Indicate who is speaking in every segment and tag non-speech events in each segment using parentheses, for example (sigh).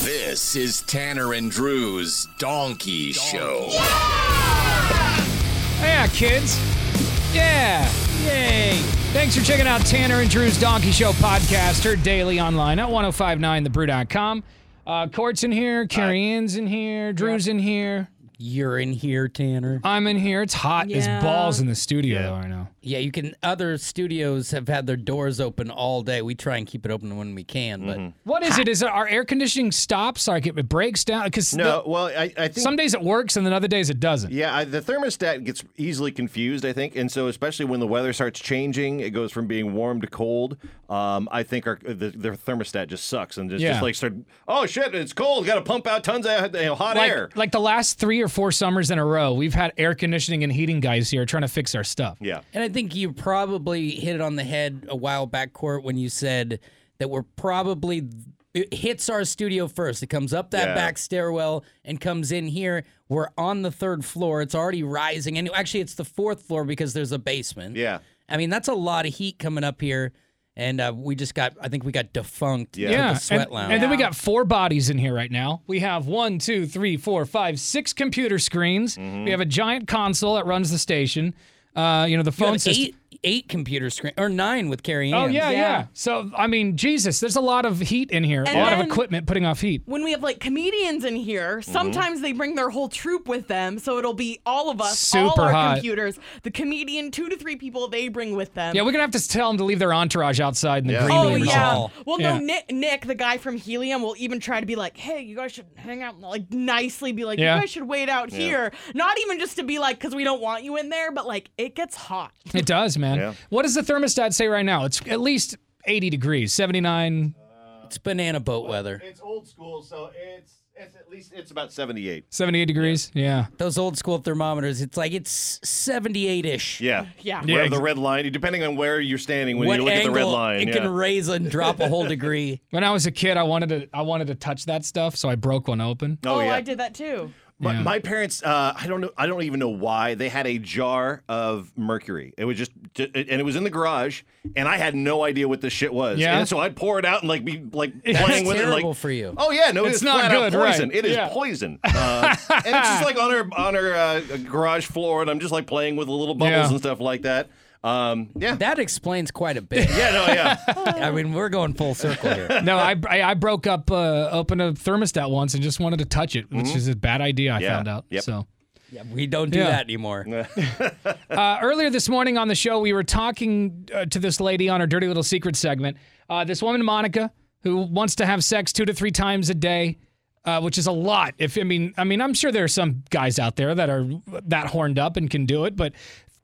Speaker 1: This is Tanner and Drew's Donkey, Show.
Speaker 2: Yeah, kids. Yeah. Yay. Thanks for checking out Tanner and Drew's Donkey Show podcast. Heard daily online at 1059thebrew.com. Uh, Court's in here. Carrie Ann's in here. Drew's in here.
Speaker 3: You're in here, Tanner.
Speaker 4: Uh,
Speaker 2: I'm in here. It's hot
Speaker 3: Yeah.
Speaker 2: as balls in the studio though right now.
Speaker 3: Yeah, you can. Other studios have had their doors open all day. We try and keep it open when we can, but
Speaker 4: Mm-hmm.
Speaker 2: What is it? Is it our air conditioning stops? Like it breaks down? Because
Speaker 4: No, well, I, I think
Speaker 2: some days it works and then other days it doesn't.
Speaker 4: yeah, I, the thermostat gets easily confused. I think, and so especially when the weather starts changing, it goes from being warm to cold. Um, I think our the, the thermostat just sucks and just,
Speaker 2: Yeah.
Speaker 4: just like start. Oh shit, it's cold. Got to pump out tons of you know, hot
Speaker 2: Like,
Speaker 4: air.
Speaker 2: like the last three or four summers in a row, we've had air conditioning and heating guys here trying to fix our stuff.
Speaker 4: Yeah,
Speaker 3: and I think you probably hit it on the head a while back, Court, when you said that we're probably it hits our studio first. It comes up that
Speaker 4: Yeah.
Speaker 3: back stairwell and comes in here. We're on the third floor. It's already rising, and actually, it's the fourth floor because there's a basement.
Speaker 4: yeah.
Speaker 3: I mean, that's a lot of heat coming up here, and uh, we just got. I think we got defunct.
Speaker 4: Yeah.
Speaker 3: with
Speaker 2: Yeah,
Speaker 3: the sweat
Speaker 2: and,
Speaker 3: lounge.
Speaker 2: and then we got four bodies in here right now. We have one, two, three, four, five, six computer screens. We have a giant console that runs the station. Uh, you know the
Speaker 3: You
Speaker 2: phone
Speaker 3: had
Speaker 2: system.
Speaker 3: eight eight computer screen or nine with Carrie
Speaker 2: Oh
Speaker 3: Ann.
Speaker 2: yeah, yeah,
Speaker 5: Yeah.
Speaker 2: So I mean, Jesus, there's a lot of heat in here.
Speaker 5: And
Speaker 2: a lot of
Speaker 5: then-
Speaker 2: equipment putting off heat.
Speaker 5: when we have like comedians in here,
Speaker 2: Mm-hmm.
Speaker 5: sometimes they bring their whole troupe with them, so it'll be all of us, all
Speaker 2: Super
Speaker 5: our
Speaker 2: hot.
Speaker 5: computers, the comedian, two to three people they bring with them.
Speaker 2: Yeah, we're gonna have to tell them to leave their entourage outside in the
Speaker 4: Yeah.
Speaker 2: green
Speaker 5: Oh
Speaker 2: room. or
Speaker 5: yeah.
Speaker 2: something.
Speaker 5: Well,
Speaker 2: Yeah.
Speaker 5: no, Nick, Nick, the guy from Helium, will even try to be like, "Hey, you guys should hang out," like nicely be like,
Speaker 2: Yeah.
Speaker 5: "You guys should wait out here." Not even just to be like, "Cause we don't want you in there," but like it gets hot.
Speaker 2: It does, man.
Speaker 4: Yeah.
Speaker 2: What does the thermostat say right now? It's at least 80 degrees, 79,
Speaker 3: It's banana boat weather.
Speaker 4: It's old school, so it's it's at least it's about seventy eight.
Speaker 2: 78 degrees. Yeah.
Speaker 3: Those old school thermometers, it's like it's seventy eight ish.
Speaker 4: Yeah,
Speaker 5: Yeah.
Speaker 4: Where the red line, depending on where you're standing when
Speaker 3: what
Speaker 4: you look at
Speaker 3: angle
Speaker 4: the red line.
Speaker 3: it
Speaker 4: yeah.
Speaker 3: can raise and drop a whole
Speaker 4: (laughs)
Speaker 3: degree.
Speaker 2: When I was a kid, I wanted to I wanted to touch that stuff, so I broke one open.
Speaker 4: oh, yeah.
Speaker 5: I did that too.
Speaker 4: My,
Speaker 2: Yeah.
Speaker 4: my parents, uh, I don't know, I don't even know why they had a jar of mercury. It was just, ju- and it was in the garage, and I had no idea what this shit was.
Speaker 2: Yeah?
Speaker 4: And so I'd pour it out and like be
Speaker 2: (laughs)
Speaker 4: like playing with it,
Speaker 3: terrible
Speaker 4: like
Speaker 3: for you.
Speaker 4: Oh yeah, no,
Speaker 2: It's
Speaker 4: it's,
Speaker 2: not
Speaker 4: flat out
Speaker 2: good, right.
Speaker 4: poison. It is
Speaker 2: Yeah.
Speaker 4: poison. Uh, and it's just like on her on her uh, garage floor, and I'm just like playing with the little bubbles
Speaker 2: Yeah.
Speaker 4: and stuff like that. Um, yeah,
Speaker 3: That explains quite a bit.
Speaker 4: yeah, no,
Speaker 3: (laughs)
Speaker 4: yeah.
Speaker 3: I mean, we're going full circle
Speaker 2: (laughs)
Speaker 3: here.
Speaker 2: No, I, I, I broke up uh, open a thermostat once and just wanted to touch it, which is a bad idea. I
Speaker 4: Mm-hmm. Yeah.
Speaker 2: found out.
Speaker 4: Yep.
Speaker 2: So
Speaker 3: Yeah, we don't do
Speaker 2: Yeah.
Speaker 3: that anymore.
Speaker 2: uh, earlier this morning on the show, we were talking uh, to this lady on our Dirty Little Secret segment. Uh, this woman, Monica, who wants to have sex two to three times a day, uh, which is a lot. If I mean, I mean, I'm sure there are some guys out there that are that horned up and can do it, but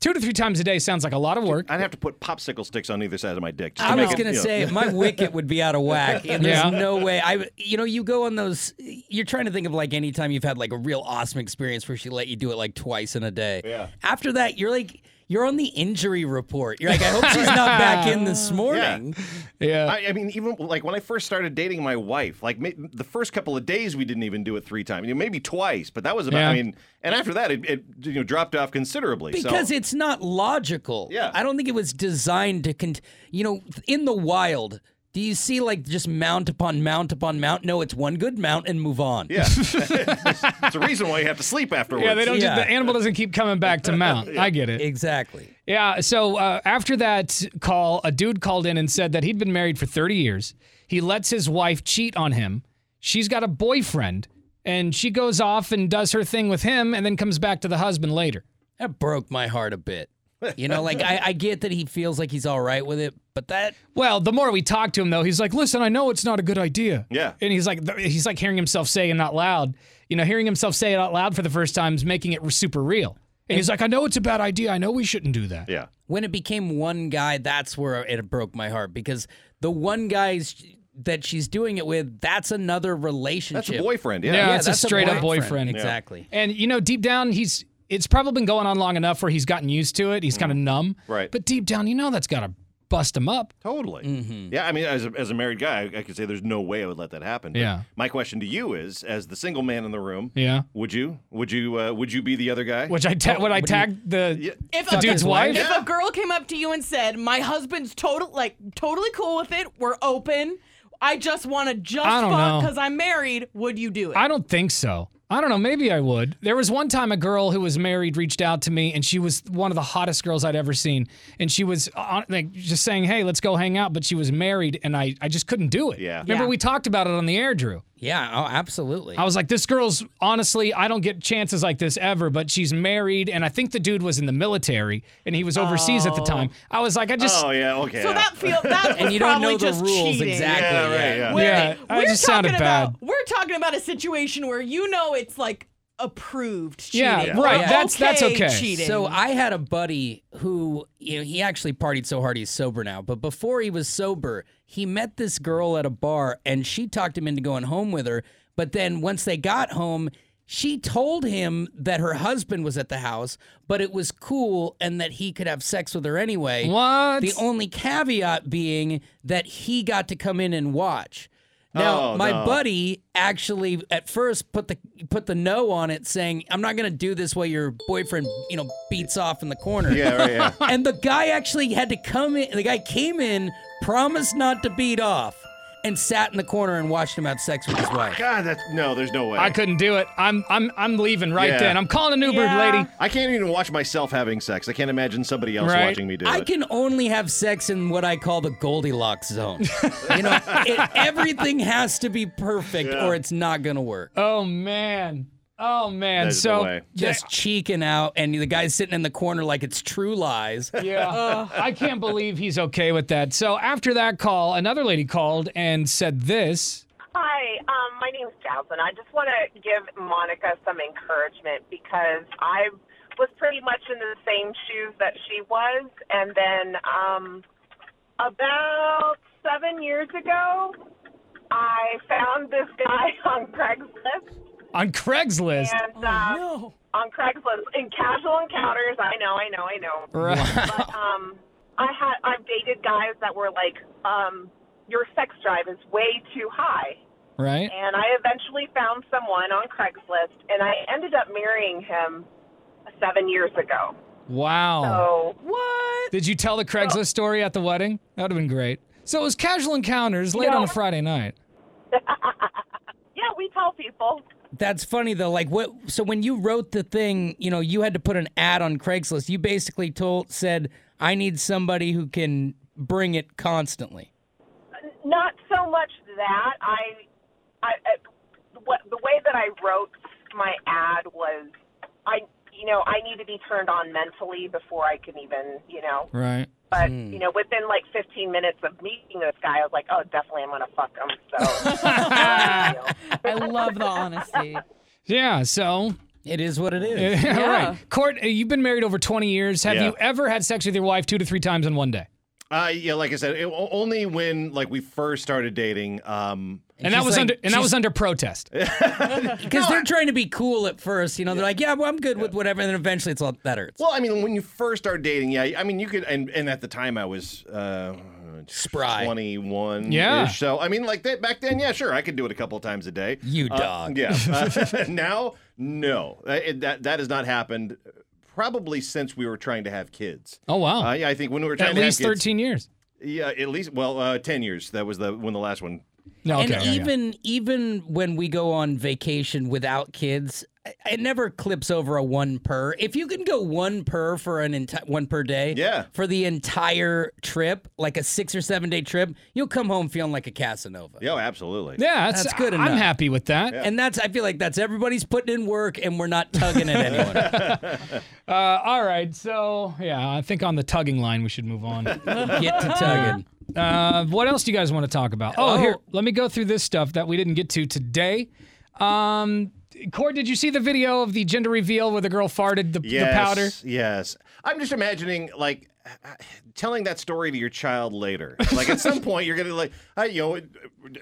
Speaker 2: two to three times a day sounds like a lot of work.
Speaker 4: I'd have to put popsicle sticks on either side of my dick. Just
Speaker 3: I
Speaker 4: to
Speaker 3: was
Speaker 4: make it,
Speaker 3: gonna
Speaker 4: you know.
Speaker 3: say my wicket would be out of whack. And there's
Speaker 2: Yeah.
Speaker 3: no way. I, you know, you go on those. You're trying to think of like any time you've had like a real awesome experience where she let you do it like twice in a day. Yeah. After that, you're like, you're on the injury report. You're like, I hope she's not back in
Speaker 4: (laughs)
Speaker 3: this morning.
Speaker 2: Yeah.
Speaker 4: I, I mean, even like when I first started dating my wife, like ma- the first couple of days we didn't even do it three times, you know, maybe twice, but that was about. I
Speaker 2: Yeah.
Speaker 4: mean, and after that, it, it you know dropped off considerably.
Speaker 3: Because
Speaker 4: so.
Speaker 3: it's not logical.
Speaker 4: Yeah.
Speaker 3: I don't think it was designed to, con- you know, in the wild. Do you see like just mount upon mount upon mount? No, it's one good mount and move on.
Speaker 4: yeah, (laughs) it's a reason why you have to sleep afterwards.
Speaker 2: yeah, they don't.
Speaker 3: Yeah.
Speaker 2: Just, the animal doesn't keep coming back to
Speaker 4: (laughs)
Speaker 2: mount. I get it.
Speaker 3: Exactly.
Speaker 2: Yeah. So uh, after that call, a dude called in and said that he'd been married for 30 years. He lets his wife cheat on him. She's got a boyfriend, and she goes off and does her thing with him, and then comes back to the husband later.
Speaker 3: That broke my heart a bit. You know, like I, I get that he feels like he's all right with it, but that
Speaker 2: Well, the more we talk to him, though, he's like, "Listen, I know it's not a good idea."
Speaker 4: Yeah.
Speaker 2: and he's like, he's like hearing himself say it out loud. You know, hearing himself say it out loud for the first time is making it super real. And he's like, "I know it's a bad idea. I know we shouldn't do that."
Speaker 4: Yeah.
Speaker 3: when it became one guy, that's where it broke my heart because the one guy's that she's doing it with, that's another relationship.
Speaker 4: That's a boyfriend. Yeah.
Speaker 2: Yeah.
Speaker 3: Yeah,
Speaker 2: That's a straight-up boyfriend.
Speaker 3: Exactly.
Speaker 2: And you know, deep down, he's it's probably been going on long enough where he's gotten used to it. He's kind of numb.
Speaker 4: Mm-hmm. Right.
Speaker 2: But deep down, you know that's got to bust him up.
Speaker 4: Totally.
Speaker 5: Mm-hmm.
Speaker 4: Yeah. I mean, as a, as a married guy, I, I could say there's no way I would let that happen. But
Speaker 2: Yeah.
Speaker 4: My question to you is, as the single man in the room,
Speaker 2: Yeah.
Speaker 4: would you? Would you? Uh, would you be the other guy?
Speaker 2: Which I ta- when I tagged the
Speaker 5: If
Speaker 2: the
Speaker 5: a-
Speaker 2: dude's wife.
Speaker 5: If a girl came up to you and said, "My husband's total like totally cool with it. We're open. I just want to just
Speaker 2: I don't
Speaker 5: fuck
Speaker 2: know.
Speaker 5: because I'm married," would you do it?
Speaker 2: I don't think so. I don't know. Maybe I would. There was one time a girl who was married reached out to me, and she was one of the hottest girls I'd ever seen. And she was uh, on, like just saying, "Hey, let's go hang out," but she was married, and I, I just couldn't do it.
Speaker 4: Yeah.
Speaker 2: Remember
Speaker 5: Yeah.
Speaker 2: we talked about it on the air, Drew.
Speaker 3: Yeah, oh, absolutely.
Speaker 2: I was like, "This girl's honestly, I don't get chances like this ever." But she's married, and I think the dude was in the military, and he was overseas at the time. I was like, "I just."
Speaker 4: oh yeah. Okay.
Speaker 5: so
Speaker 4: yeah. (laughs)
Speaker 5: that feel
Speaker 2: (laughs)
Speaker 5: that
Speaker 3: and
Speaker 5: was
Speaker 3: you don't know
Speaker 5: probably
Speaker 3: the
Speaker 5: just
Speaker 3: rules
Speaker 5: cheating.
Speaker 3: exactly.
Speaker 4: Yeah, right, yeah.
Speaker 5: Where
Speaker 2: Yeah,
Speaker 5: they-
Speaker 2: I
Speaker 5: we're
Speaker 2: just
Speaker 5: talking
Speaker 2: sounded
Speaker 5: about,
Speaker 2: bad.
Speaker 5: We're talking about a situation where you know it's like approved cheating.
Speaker 2: Yeah,
Speaker 5: or
Speaker 2: right, that's- that's okay.
Speaker 5: Cheating.
Speaker 3: So I had a buddy who, you know, he actually partied so hard he's sober now. But before he was sober, he met this girl at a bar and she talked him into going home with her. But then once they got home, she told him that her husband was at the house, but it was cool and that he could have sex with her anyway.
Speaker 2: What?
Speaker 3: The only caveat being that he got to come in and watch. Now,
Speaker 4: Oh,
Speaker 3: my
Speaker 4: no.
Speaker 3: buddy actually at first put the put the no on it, saying, "I'm not going to do this while your boyfriend, you know, beats off in the corner."
Speaker 4: Yeah. Right. Yeah.
Speaker 3: (laughs) And the guy actually had to come in. The guy came in, promised not to beat off, and sat in the corner and watched him have sex with his wife.
Speaker 4: God. That's no. There's no way.
Speaker 2: I couldn't do it. I'm I'm I'm leaving right
Speaker 4: Yeah.
Speaker 2: then. I'm calling an Uber,
Speaker 5: Yeah.
Speaker 2: lady.
Speaker 4: I can't even watch myself having sex. I can't imagine somebody else
Speaker 2: Right.
Speaker 4: watching me do
Speaker 3: I
Speaker 4: it.
Speaker 3: can only have sex in what I call the Goldilocks zone. you
Speaker 4: (laughs)
Speaker 3: know, it, everything has to be perfect or it's not going to work.
Speaker 2: Oh man. Oh man.
Speaker 4: There's no
Speaker 2: so
Speaker 4: way.
Speaker 3: Just cheeking out, and the guy's sitting in the corner like it's true
Speaker 2: (laughs)
Speaker 3: lies.
Speaker 2: Yeah. I can't believe he's okay with that. So after that call, another lady called and said this.
Speaker 6: Hi, um, my name's Jasmine. I just want to give Monica some encouragement because I was pretty much in the same shoes that she was, and then um, about seven years ago, I found this guy on Craigslist,
Speaker 2: On Craigslist.
Speaker 6: and
Speaker 5: Oh,
Speaker 6: uh, on Craigslist in casual encounters. I know, I know, I know.
Speaker 2: Right.
Speaker 6: But um, I had I've dated guys that were like, um, your sex drive is way too high.
Speaker 2: Right.
Speaker 6: And I eventually found someone on Craigslist, and I ended up marrying him seven years ago.
Speaker 2: Wow.
Speaker 6: So
Speaker 5: what?
Speaker 2: Did you tell the Craigslist story at the wedding? That would have been great. So it was casual encounters late on a Friday night.
Speaker 6: (laughs) yeah, we tell people.
Speaker 3: That's funny though. Like what? So when you wrote the thing, you know, you had to put an ad on Craigslist. You basically told said, "I need somebody who can bring it constantly."
Speaker 6: Not so much that I, I, I what the way that I wrote my ad was, I you know I need to be turned on mentally before I can even you know.
Speaker 2: Right.
Speaker 6: But you know, within like 15 minutes of meeting this guy, I was like, oh, definitely I'm gonna fuck him. So.
Speaker 3: (laughs)
Speaker 5: I love the (laughs) honesty.
Speaker 2: Yeah. So, (laughs)
Speaker 3: It is what it is.
Speaker 2: yeah.
Speaker 5: Yeah.
Speaker 2: right. Court, uh, you've been married over 20 years. Have
Speaker 4: Yeah.
Speaker 2: you ever had sex with your wife two to three times in one day?
Speaker 4: Uh, yeah, like I said, it, o- only when like we first started dating. Um,
Speaker 2: And that
Speaker 3: she's
Speaker 2: was
Speaker 3: like-
Speaker 2: under and that
Speaker 3: she's-
Speaker 2: was under protest.
Speaker 3: Because they're trying to be cool at first. You know, they're like, "Yeah, well, I'm good with whatever." And then eventually, it's all that hurts.
Speaker 4: well, I mean, when you first start dating, yeah, I mean, you could, and, and at the time I was uh,
Speaker 3: Spry.
Speaker 4: twenty-one,
Speaker 2: Yeah.
Speaker 4: So I mean, like that back then, yeah, sure, I could do it a couple of times a day.
Speaker 3: You
Speaker 4: Uh,
Speaker 3: dog.
Speaker 2: (laughs)
Speaker 4: yeah. Uh, (laughs) now, no, Uh, it- that that has not happened. uh, Probably since we were trying to have kids.
Speaker 2: Oh wow.
Speaker 4: Uh, yeah, I think when we were trying
Speaker 2: at
Speaker 4: to
Speaker 2: least
Speaker 4: have kids,
Speaker 2: 13 years.
Speaker 4: Yeah, at least well, uh, ten years. That was the when the last one
Speaker 2: No, okay,
Speaker 3: and
Speaker 2: yeah, yeah.
Speaker 3: even even when we go on vacation without kids, I- it never clips over a one per. If you can go one per for an entire one per day,
Speaker 4: Yeah.
Speaker 3: for the entire trip, like a six or seven day trip, you'll come home feeling like a Casanova.
Speaker 4: Yo, oh, absolutely.
Speaker 2: Yeah, that's,
Speaker 3: That's good
Speaker 2: I'm
Speaker 3: enough.
Speaker 2: happy with that.
Speaker 3: And that's I feel like that's everybody's putting in work and we're not tugging at
Speaker 2: (laughs)
Speaker 3: anyone.
Speaker 2: Uh, all right, so yeah, I think on the tugging line we should move on.
Speaker 3: Get to tugging.
Speaker 2: uh, what else do you guys want to talk about? Oh,
Speaker 3: Oh.
Speaker 2: here, let me go through this stuff that we didn't get to today. Um, Cord, did you see the video of the gender reveal where the girl farted the,
Speaker 4: Yes,
Speaker 2: the powder?
Speaker 4: Yes. I'm just imagining like telling that story to your child later. Like at some point you're gonna like, I, you know,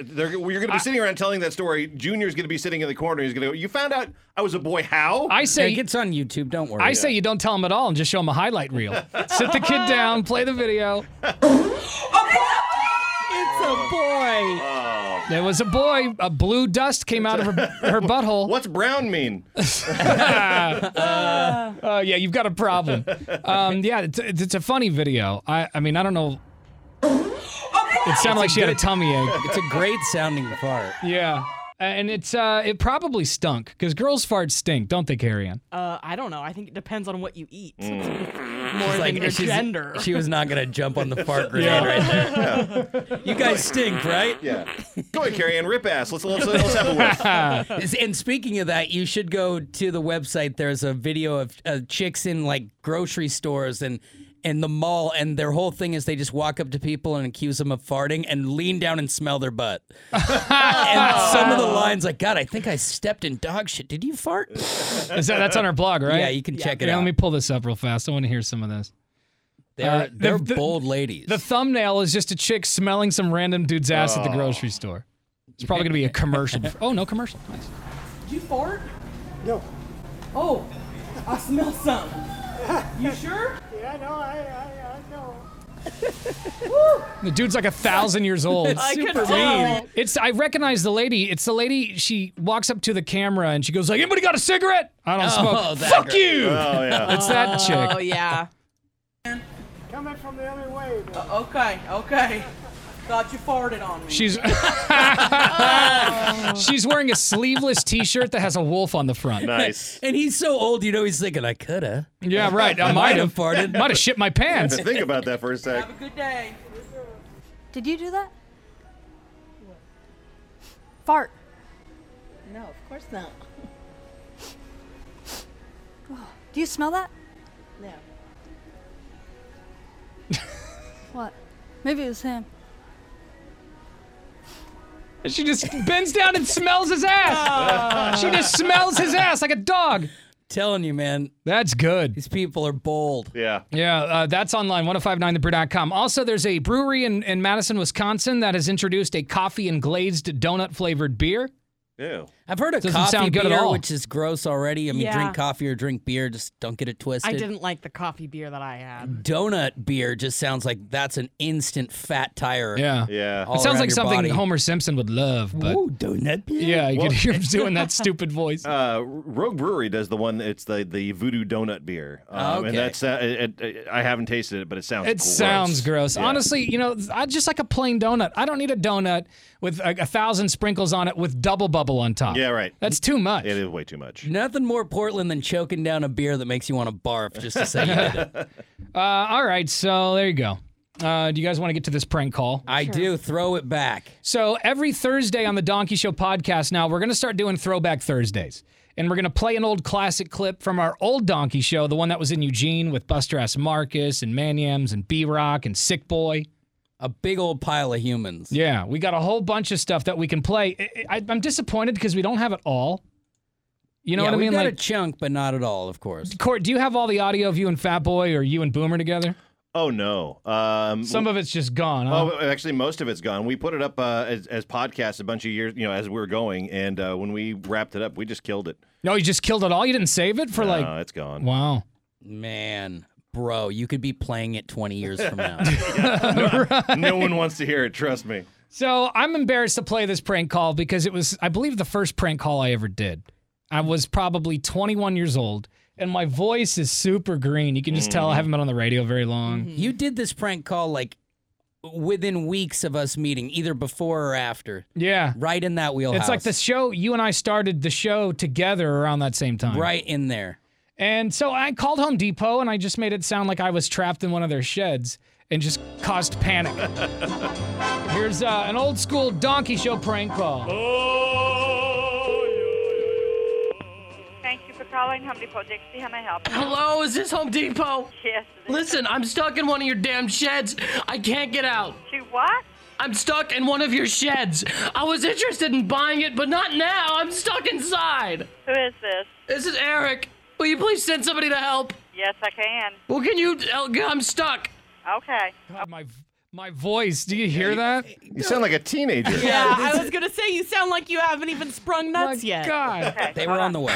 Speaker 4: they're, you're gonna be sitting around telling that story. Junior's gonna be sitting in the corner. He's gonna go, "You found out I was a boy? How?
Speaker 2: I
Speaker 3: Yeah,
Speaker 2: say
Speaker 3: it gets on YouTube. Don't worry.
Speaker 2: I say you don't tell them at all and just show them a highlight reel. Sit the kid down, play the video.
Speaker 3: it's a boy.
Speaker 2: There was a boy, a blue dust came out of her, her butthole.
Speaker 4: What's brown mean?
Speaker 2: Uh, yeah, you've got a problem. Um, yeah, it's, it's it's a funny video. I, I mean, I don't know. It sounded like she had a tummy ache.
Speaker 3: It's a great sounding part.
Speaker 2: Yeah. And it's uh, it probably stunk because girls' farts stink, don't they, Carrie Ann?
Speaker 5: Uh, I don't know. I think it depends on what you eat. (laughs) More
Speaker 3: It's
Speaker 5: than your
Speaker 3: Mm. she's-
Speaker 5: gender.
Speaker 3: She was not gonna jump on
Speaker 2: (laughs)
Speaker 3: the fart grenade right there. You guys stink, right?
Speaker 2: (laughs)
Speaker 4: Yeah. Go ahead, Carrie Ann. Rip ass. Let's let's, let's have a whiff.
Speaker 3: And speaking of that, you should go to the website. There's a video of uh, chicks in like grocery stores and and the mall, and their whole thing is they just walk up to people and accuse them of farting and lean down and smell their
Speaker 2: (laughs)
Speaker 3: butt. and some of the lines like, "God, I think I stepped in dog shit. Did you fart?"
Speaker 2: Is that that's on her blog, right?
Speaker 3: Yeah, you can check it
Speaker 2: Yeah,
Speaker 3: out.
Speaker 2: Let me pull this up real fast. I want to hear some of this.
Speaker 3: They're
Speaker 2: uh, the-
Speaker 3: they're
Speaker 2: the-
Speaker 3: bold ladies.
Speaker 2: The thumbnail is just a chick smelling some random dude's ass at the
Speaker 3: Oh.
Speaker 2: grocery store. It's probably gonna be
Speaker 3: (laughs)
Speaker 2: a commercial. oh no, commercial. Nice.
Speaker 5: Did you fart? No. Oh, I smell something. You sure?
Speaker 2: The dude's like a thousand years old.
Speaker 5: I could tell.
Speaker 2: It's I recognize the lady. It's the lady. She walks up to the camera and she goes like, "Anybody got a cigarette? I don't
Speaker 3: Oh,
Speaker 2: smoke.
Speaker 3: that
Speaker 2: Fuck
Speaker 3: girl.
Speaker 2: you."
Speaker 4: Oh yeah.
Speaker 2: It's that
Speaker 5: Oh
Speaker 2: chick.
Speaker 5: yeah.
Speaker 7: Coming from the other way. though.
Speaker 5: Uh, okay. Okay. Thought you farted on me.
Speaker 2: She's (laughs) she's wearing a sleeveless T-shirt that has a wolf on the front. (laughs)
Speaker 4: Nice.
Speaker 3: and he's so old, you know, he's thinking, "I coulda,
Speaker 2: Yeah, right. I might have
Speaker 3: farted."
Speaker 2: might have shit my pants.
Speaker 4: Think about that for a sec.
Speaker 5: Have a good day.
Speaker 8: Did you do that? Fart.
Speaker 7: No, of course not.
Speaker 8: Do you smell that?
Speaker 7: No.
Speaker 8: What? Maybe it was him.
Speaker 2: She just bends down and smells his ass. She just smells his ass like a dog.
Speaker 3: Telling you, man,
Speaker 2: That's good.
Speaker 3: these people are bold.
Speaker 4: Yeah.
Speaker 2: Yeah, uh, that's online, 1059thebrew.com. Also, there's a brewery in, in Madison, Wisconsin that has introduced a coffee and glazed donut flavored beer.
Speaker 4: Ew.
Speaker 3: I've heard of
Speaker 2: Doesn't
Speaker 3: coffee
Speaker 2: sound good at
Speaker 3: beer,
Speaker 2: all.
Speaker 3: which is gross already. I mean,
Speaker 5: Yeah.
Speaker 3: drink coffee or drink beer, just don't get it twisted.
Speaker 5: I didn't like the coffee beer that I had.
Speaker 3: Donut beer just sounds like that's an instant fat tire.
Speaker 2: Yeah.
Speaker 4: Yeah.
Speaker 3: All
Speaker 2: it sounds
Speaker 3: around
Speaker 2: like
Speaker 3: your
Speaker 2: something
Speaker 3: body.
Speaker 2: Homer Simpson would love, but
Speaker 3: Ooh, donut beer.
Speaker 2: yeah, you can hear him doing that stupid voice.
Speaker 4: uh, Rogue Brewery does the one. It's the the Voodoo Donut beer, um,
Speaker 3: Okay.
Speaker 4: and that's uh, it, it, I haven't tasted it, but it sounds.
Speaker 2: it
Speaker 4: gross.
Speaker 2: sounds gross.
Speaker 4: Yeah.
Speaker 2: Honestly, you know, I just like a plain donut. I don't need a donut with a, a thousand sprinkles on it with double bubble on top.
Speaker 4: Yeah, right.
Speaker 2: That's too much.
Speaker 4: It is way too much.
Speaker 3: Nothing more Portland than choking down a beer that makes you want to barf just to say you
Speaker 5: (laughs)
Speaker 3: did it.
Speaker 2: Uh, all right, so there you go. Uh, do you guys want to get to this prank call?
Speaker 3: I do. Throw it back.
Speaker 2: So every Thursday on the Donkey Show podcast now, we're going to start doing Throwback Thursdays. And we're going to play an old classic clip from our old Donkey Show, the one that was in Eugene with Buster Ass Marcus and Manyams and B Rock and Sick Boy.
Speaker 3: A big old pile of humans.
Speaker 2: Yeah, we got a whole bunch of stuff that we can play. I, I, I'm disappointed because we don't have it all. You know
Speaker 3: Yeah,
Speaker 2: what I
Speaker 3: we've
Speaker 2: mean?
Speaker 3: got
Speaker 2: Like,
Speaker 3: a chunk, but not at all, of course.
Speaker 2: Court, do you have all the audio of you and Fat Boy or you and Boomer together?
Speaker 4: Oh no. Um,
Speaker 2: Some of it's just gone. Huh?
Speaker 4: Oh, actually, most of it's gone. We put it up uh, as, as podcasts a bunch of years, you know, as we were going, and uh, when we wrapped it up, we just killed it.
Speaker 2: no, you just killed it all. You didn't save it for
Speaker 4: No,
Speaker 2: like.
Speaker 4: it's gone.
Speaker 2: Wow.
Speaker 3: Man, bro, you could be playing it 20 years from
Speaker 2: (laughs)
Speaker 3: now.
Speaker 4: No one wants to hear it. Trust me.
Speaker 2: So I'm embarrassed to play this prank call because it was, I believe, the first prank call I ever did. I was probably 21 years old, and my voice
Speaker 3: Mm-hmm.
Speaker 2: is super green. You can just tell I haven't been on the radio very long.
Speaker 3: you did this prank call like within weeks of us meeting, either before or after.
Speaker 2: Yeah.
Speaker 3: Right in that wheelhouse.
Speaker 2: It's like the show, you and I started the show together around that same time.
Speaker 3: Right in there.
Speaker 2: And so I called Home Depot and I just made it sound like I was trapped in one of their sheds and just caused panic. Here's uh, an old school donkey show prank call.
Speaker 5: Thank you for calling Home Depot. Dixie, how may I help you?
Speaker 9: Hello, is this Home Depot?
Speaker 5: Yes.
Speaker 9: Listen, I'm stuck in one of your damn sheds. I can't get out.
Speaker 5: To what?
Speaker 9: I'm stuck in one of your sheds. I was interested in buying it, but not now. I'm stuck inside.
Speaker 5: Who is this?
Speaker 9: This is Eric. Will you please send somebody to help?
Speaker 5: Yes, I can.
Speaker 9: Well, can you? I'm stuck.
Speaker 5: Okay.
Speaker 2: God, my my voice. Do you hear that?
Speaker 4: You sound like a
Speaker 2: (laughs)
Speaker 4: teenager.
Speaker 9: (laughs)
Speaker 10: Yeah, I was gonna say you sound like you haven't even sprung nuts yet.
Speaker 2: God.
Speaker 3: They were on the way.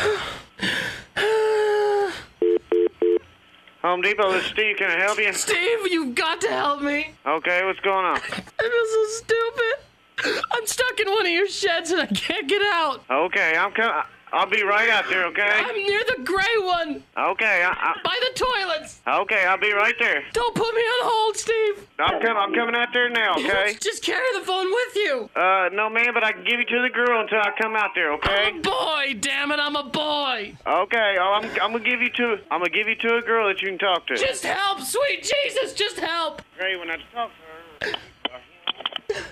Speaker 11: Home Depot, this is Steve. Can I help you?
Speaker 9: Steve, you've got to help me.
Speaker 11: Okay, what's going on?
Speaker 9: I feel so stupid. I'm stuck in one of your sheds and I can't get out.
Speaker 11: Okay, I'm coming. I'll be right out there. Okay.
Speaker 9: I'm near the gray one
Speaker 11: Okay. I,
Speaker 9: by the toilets.
Speaker 11: I, okay, I'll be right there.
Speaker 9: Don't put me on hold, Steve.
Speaker 11: I'm coming. I'm coming out there now. Okay.
Speaker 9: Just carry the phone with you.
Speaker 11: Uh, no, ma'am, but I can give you to the girl until I come out there. Okay.
Speaker 9: I'm a boy, damn it, I'm a boy.
Speaker 11: Okay. Oh, I'm, I'm gonna give you to. I'm gonna give you to a girl that you can talk to.
Speaker 9: Just help, sweet Jesus, just help.
Speaker 11: Great when I talk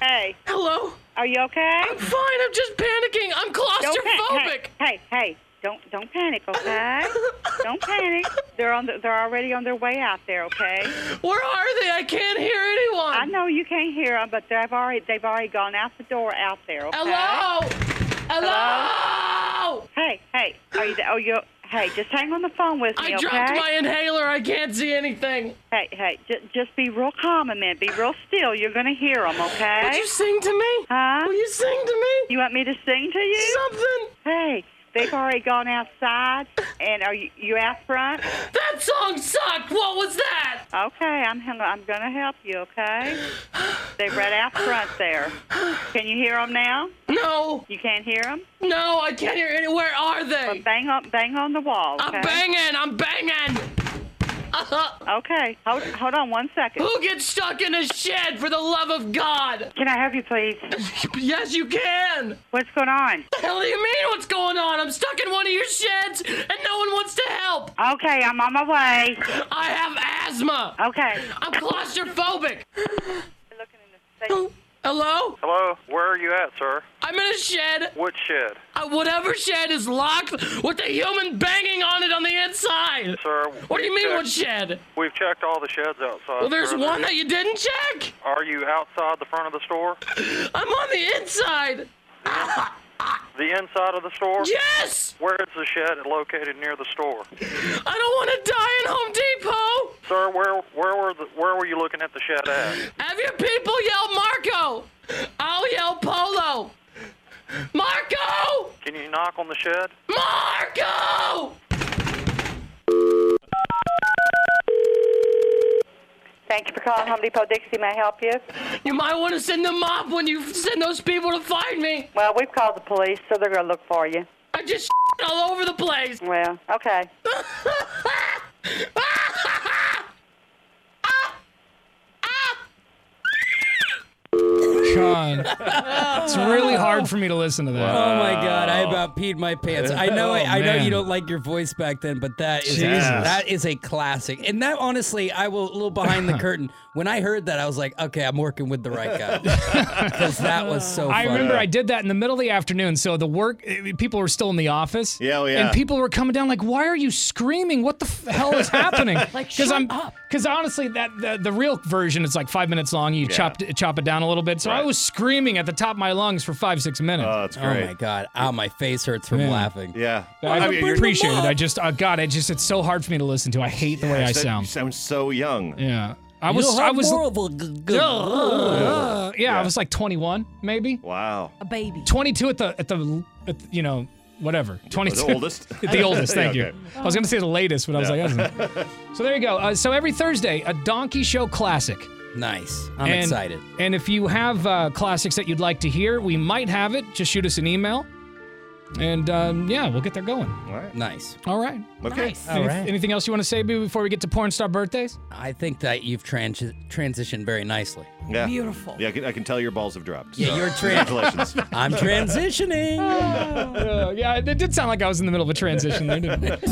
Speaker 5: Hey.
Speaker 9: Hello.
Speaker 5: Are you okay?
Speaker 9: I'm fine. I'm just panicking. I'm
Speaker 5: Don't pa-
Speaker 9: claustrophobic.
Speaker 5: Hey, hey, hey, don't don't panic, okay? don't panic. They're on. The, they're already on their way out there, okay?
Speaker 9: Where are they? I can't hear anyone.
Speaker 5: I know you can't hear them, but they've already they've already gone out the door out there. Okay?
Speaker 9: Hello? Hello?
Speaker 5: Hey, hey, are you? There? Oh, you. Hey, just hang on the phone with me,
Speaker 9: I
Speaker 5: okay?
Speaker 9: dropped my inhaler. I can't see anything.
Speaker 5: Hey, hey, j- just be real calm a minute. Be real still. You're gonna hear them, okay?
Speaker 9: Would you sing to me?
Speaker 5: Huh?
Speaker 9: Will you sing to me?
Speaker 5: You want me to sing to you?
Speaker 9: Something.
Speaker 5: Hey, they've already gone outside, and are you you out front?
Speaker 9: That song sucked. What was that?
Speaker 5: Okay, I'm hung- I'm gonna help you. Okay, they're right out front there. Can you hear them now?
Speaker 9: No.
Speaker 5: You can't hear them.
Speaker 9: No, I can't hear any. Where are they?
Speaker 5: Bang on bang on the wall. Okay?
Speaker 9: I'm banging. I'm banging. (laughs)
Speaker 5: Okay, hold hold on one second.
Speaker 9: Who gets stuck in a shed for the love of God?
Speaker 5: Can I help you, please?
Speaker 9: (laughs) Yes, you can.
Speaker 5: What's going on?
Speaker 9: The hell do you mean? What's going on? I'm stuck in one of your sheds, and no one wants to help.
Speaker 5: Okay, I'm on my way.
Speaker 9: I have asthma.
Speaker 5: Okay.
Speaker 9: I'm claustrophobic.
Speaker 5: Hello?
Speaker 11: Hello. Where are you at, sir?
Speaker 9: I'm in a shed.
Speaker 11: What shed?
Speaker 9: Uh, whatever shed is locked with the human banging on it on the inside.
Speaker 11: Sir.
Speaker 9: What do you
Speaker 11: we've
Speaker 9: mean, what
Speaker 11: checked-
Speaker 9: shed?
Speaker 11: We've checked all the sheds outside.
Speaker 9: Well, there's
Speaker 11: sir.
Speaker 9: one that you didn't check.
Speaker 11: Are you outside the front of the store?
Speaker 9: (laughs) I'm on the inside.
Speaker 11: The inside of the store?
Speaker 9: Yes!
Speaker 11: Where is the shed located near the store?
Speaker 9: I don't want to die in Home Depot.
Speaker 11: Sir, where where were the, where were you looking at the shed at?
Speaker 9: Have your people yell Marco. I'll yell Polo. Marco!
Speaker 11: Can you knock on the shed?
Speaker 9: Marco!
Speaker 5: Thank you for calling Home Depot. Dixie, may I help you?
Speaker 9: You might want to send the mop when you send those people to find me.
Speaker 5: Well, we've called the police, so they're gonna look for you.
Speaker 9: I just (laughs) all over the place.
Speaker 5: Well, okay.
Speaker 2: Sean.
Speaker 9: (laughs)
Speaker 2: it's really hard for me to listen to that.
Speaker 3: Oh my god, I about peed my pants. I know
Speaker 2: (laughs) Oh,
Speaker 3: I, I know
Speaker 2: man.
Speaker 3: you don't like your voice back then, but that is
Speaker 2: Jesus.
Speaker 3: that is a classic. And that honestly, I will a little behind
Speaker 2: (laughs)
Speaker 3: the curtain. When I heard that, I was like, okay, I'm working with the right guy. Because that was so
Speaker 2: I
Speaker 3: funny.
Speaker 2: remember I did that in the middle of the afternoon. So the work, eh, people were still in the office. Yeah,
Speaker 4: yeah.
Speaker 2: And people were coming down like, "Why are you screaming? What the f- hell is happening?"
Speaker 9: Like,
Speaker 2: because
Speaker 9: shut
Speaker 2: I'm,
Speaker 9: up.
Speaker 2: because honestly, that the, the real version is like five minutes long. You chop chop it down a little bit. So I was screaming at the top of my lungs for five six minutes. Oh,
Speaker 4: that's
Speaker 3: Oh my god. Oh, my face hurts from
Speaker 2: Man.
Speaker 3: laughing.
Speaker 4: Yeah.
Speaker 2: I,
Speaker 4: mean, you're-
Speaker 2: appreciate it. I just, uh, God, I just, it's so hard for me to listen to. I hate the way
Speaker 4: you
Speaker 2: I
Speaker 4: said-
Speaker 2: sound.
Speaker 4: You sound so young.
Speaker 2: Yeah. I was, I was, (laughs) yeah, I
Speaker 4: Yeah.
Speaker 2: was like 21 maybe.
Speaker 4: Wow.
Speaker 10: A baby.
Speaker 2: 22 at the at the at, the- you know whatever 22
Speaker 4: oldest?
Speaker 2: (laughs) the oldest thank
Speaker 4: Yeah, okay.
Speaker 2: you i was going to say the latest but i was
Speaker 4: Yeah.
Speaker 2: like
Speaker 4: (laughs)
Speaker 2: that's not- so there you go uh, so every thursday a donkey show classic
Speaker 3: Nice. I'm
Speaker 2: And-
Speaker 3: excited.
Speaker 2: and if you have uh, classics that you'd like to hear we might have it just shoot us an email And um, yeah, we'll get there going. All
Speaker 4: right.
Speaker 3: Nice.
Speaker 2: All right.
Speaker 3: Okay. Nice.
Speaker 2: Any-
Speaker 3: All right.
Speaker 2: Anything else you want to say before we get to porn star birthdays?
Speaker 3: I think that you've transi- transitioned very nicely.
Speaker 4: Yeah.
Speaker 12: Beautiful.
Speaker 4: Yeah, I can, I can tell your balls have dropped.
Speaker 3: Yeah,
Speaker 4: so
Speaker 3: you're trans-
Speaker 4: Congratulations.
Speaker 3: (laughs) I'm transitioning. Oh.
Speaker 2: Uh, yeah, it did sound like I was in the middle of a transition there, didn't it?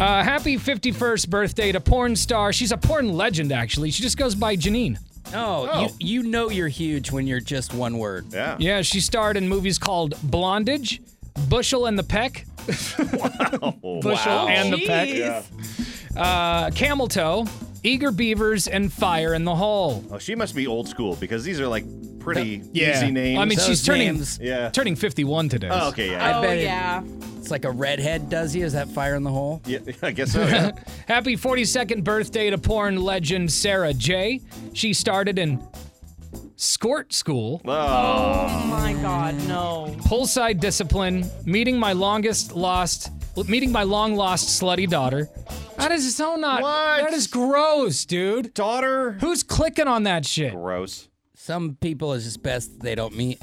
Speaker 2: Uh, happy 51st birthday to porn star. She's a porn legend, actually. She just goes by Janine.
Speaker 3: Oh, You, you know you're huge when you're just one word.
Speaker 4: Yeah.
Speaker 2: Yeah, she starred in movies called Blondage, Bushel and the Peck. Bushel
Speaker 3: Wow.
Speaker 2: and the Peck.
Speaker 3: Jeez.
Speaker 2: Uh, Camel Toe, Eager Beavers, and Fire in the Hole.
Speaker 4: Oh, she must be old school because these are like pretty
Speaker 2: Yeah.
Speaker 4: easy names.
Speaker 2: I mean, she's turning (laughs)
Speaker 4: Yeah.
Speaker 2: turning 51 today.
Speaker 4: Oh, okay, yeah.
Speaker 3: I bet it-
Speaker 12: yeah.
Speaker 3: it's like a redhead does he? Is that fire in the hole?
Speaker 4: Yeah, (laughs) I guess so. yeah.
Speaker 2: Happy 42nd birthday to porn legend Sarah J. She started in Squirt School.
Speaker 12: Oh my God, no.
Speaker 2: Pull side discipline, meeting my longest lost, meeting my long lost slutty daughter. That is so not.
Speaker 4: What?
Speaker 2: That is gross, dude.
Speaker 4: Daughter.
Speaker 2: Who's clicking on that shit?
Speaker 4: Gross.
Speaker 3: Some people it's just best they don't meet.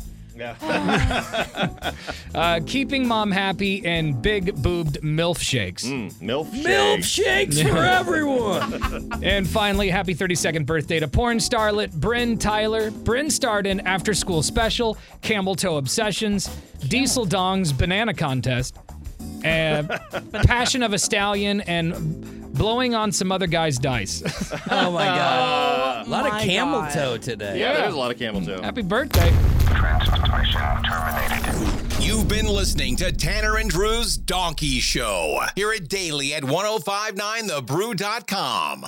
Speaker 2: Uh, keeping mom happy and big boobed milf shakes.
Speaker 4: Mm. milf
Speaker 3: Milkshakes (laughs) for everyone.
Speaker 2: And finally, happy 32nd birthday to porn starlet Bryn Tyler. Bryn starred in After School Special, Camel Toe Obsessions, Diesel Dong's Banana Contest, uh, Passion of a Stallion, and Blowing on Some Other Guy's Dice.
Speaker 3: Oh my god. a lot of
Speaker 2: my
Speaker 3: camel
Speaker 2: God.
Speaker 3: toe today.
Speaker 4: Yeah, there's a lot of camel toe.
Speaker 2: happy birthday.
Speaker 1: You've been listening to Tanner and Drew's Donkey Show. Hear it daily at 1059thebrew.com.